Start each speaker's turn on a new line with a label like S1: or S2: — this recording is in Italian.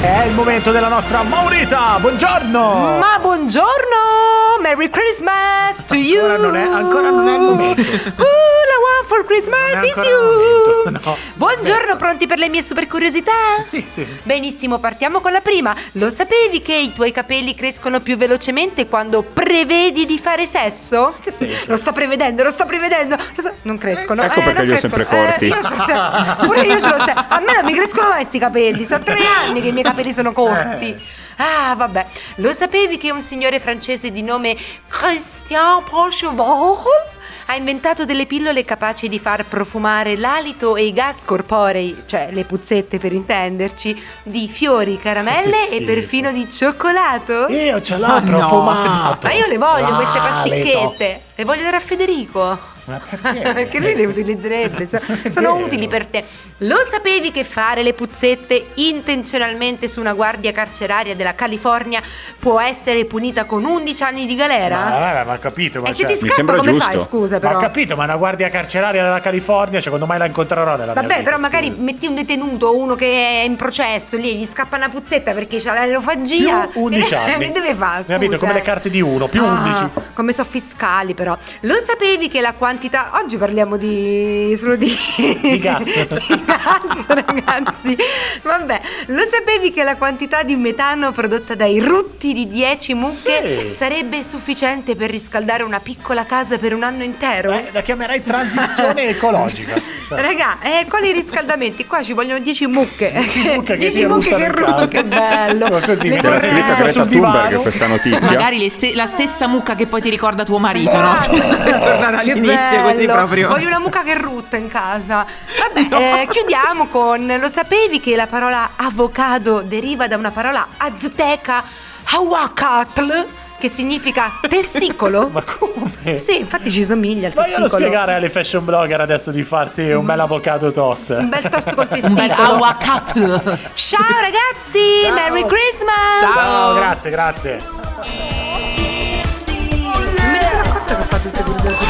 S1: È il momento della nostra Maurita! Buongiorno!
S2: Ma buongiorno! Merry Christmas to you!
S1: Ancora non è- ancora non è il momento.
S2: All I want for
S1: Non
S2: Christmas
S1: è
S2: is
S1: ancora il
S2: you!
S1: momento, no.
S2: Buongiorno, pronti per le mie super curiosità?
S1: Sì, sì.
S2: Benissimo, partiamo con la prima. Lo sapevi che i tuoi capelli crescono più velocemente quando prevedi di fare sesso?
S1: Che senso?
S2: Lo sto prevedendo, lo sto prevedendo. lo sto- Non crescono. eh,
S3: Ecco perché
S2: non
S3: li ho
S2: crescono.
S3: sempre corti.
S2: io ce l'ho sempre- pure io ce l'ho sempre. A me non mi crescono mai questi capelli. Sono tre anni che i miei capelli sono corti.
S1: Eh.
S2: Ah, vabbè. Lo sapevi che un signore francese di nome Christian Pochevol ha inventato delle pillole capaci di far profumare l'alito e i gas corporei, cioè le puzzette per intenderci, di fiori, caramelle
S1: Che
S2: e
S1: schifo.
S2: perfino di cioccolato?
S4: Io ce l'ho
S1: Ma no.
S4: profumato.
S2: Ma io le voglio queste
S4: L'alito.
S2: pasticchette, le voglio dare a Federico.
S1: Ah, Ma perché?
S2: Perché lui le utilizzerebbe, so-
S1: È
S2: sono
S1: vero.
S2: utili per te. Lo sapevi che fare le puzzette intenzionalmente su una guardia carceraria della California può essere punita con 11 anni di
S1: Ma,
S2: galera?
S1: vabbè, ma ho capito, ma,
S2: e se
S1: cioè-
S2: ti
S3: mi
S2: scappa
S3: sembra
S2: come
S3: giusto.
S2: fai? Eh, Scusa
S1: ma ho
S2: però.
S1: capito, ma una guardia carceraria della California, secondo me la incontrerò nella mia
S2: Vabbè,
S1: vita,
S2: però magari
S1: scusa.
S2: metti un detenuto o uno che è in processo lì, gli scappa una puzzetta perché c'ha l'aerofagia.
S1: Più 11 anni.
S2: che deve fare?
S1: Mi abito
S2: scusa?
S1: come le carte di uno, più
S2: Ah,
S1: 11.
S2: Come so fiscali però. Lo sapevi che la quantità... Oggi parliamo di... solo di...
S1: Di gas.
S2: di gas, ragazzi. Vabbè, lo sapevi che la quantità di metano prodotta dai rutti di 10 mucche
S1: Sì.
S2: sarebbe sufficiente per riscaldare una piccola casa per un anno intero?
S1: Eh, la chiamerai transizione ecologica. Cioè,
S2: Raga, eh, quali riscaldamenti? Qua ci vogliono 10 mucche.
S1: 10 mucche che
S2: 10
S1: ti
S2: mucche
S1: buttano
S2: che
S1: in casa.
S2: ruttano, che bello.
S1: Ma così,
S2: Le
S1: mi
S3: Te l'ha
S1: Guarda,
S3: scritta
S1: eh,
S3: Greta
S1: sul
S3: Thunberg
S1: divano.
S3: questa notizia.
S5: Magari le ste- la stessa mucca che poi ti ricorda tuo marito,
S2: Ah,
S5: no? Cioè, Giusto per tornare
S2: Che
S5: all'inizio, così
S2: bello.
S5: proprio.
S2: Voglio una mucca che rutta in casa. Vabbè, eh, chiudiamo con lo sapevi che la parola avocado deriva da una parola azteca hawakatl che significa testicolo?
S1: Ma come?
S2: Sì, infatti ci somiglia al
S1: Vogliono
S2: testicolo.
S1: spiegare alle fashion blogger adesso di farsi un bel avocado toast.
S2: Un bel tosto col
S5: Un bel
S2: testicolo.
S5: aguacato.
S2: Ciao ragazzi,
S1: Ciao.
S2: Merry Christmas.
S1: Ciao,
S5: Ciao.
S1: grazie, grazie.
S2: Non mi sono accorta che ho fatto queste curiosità.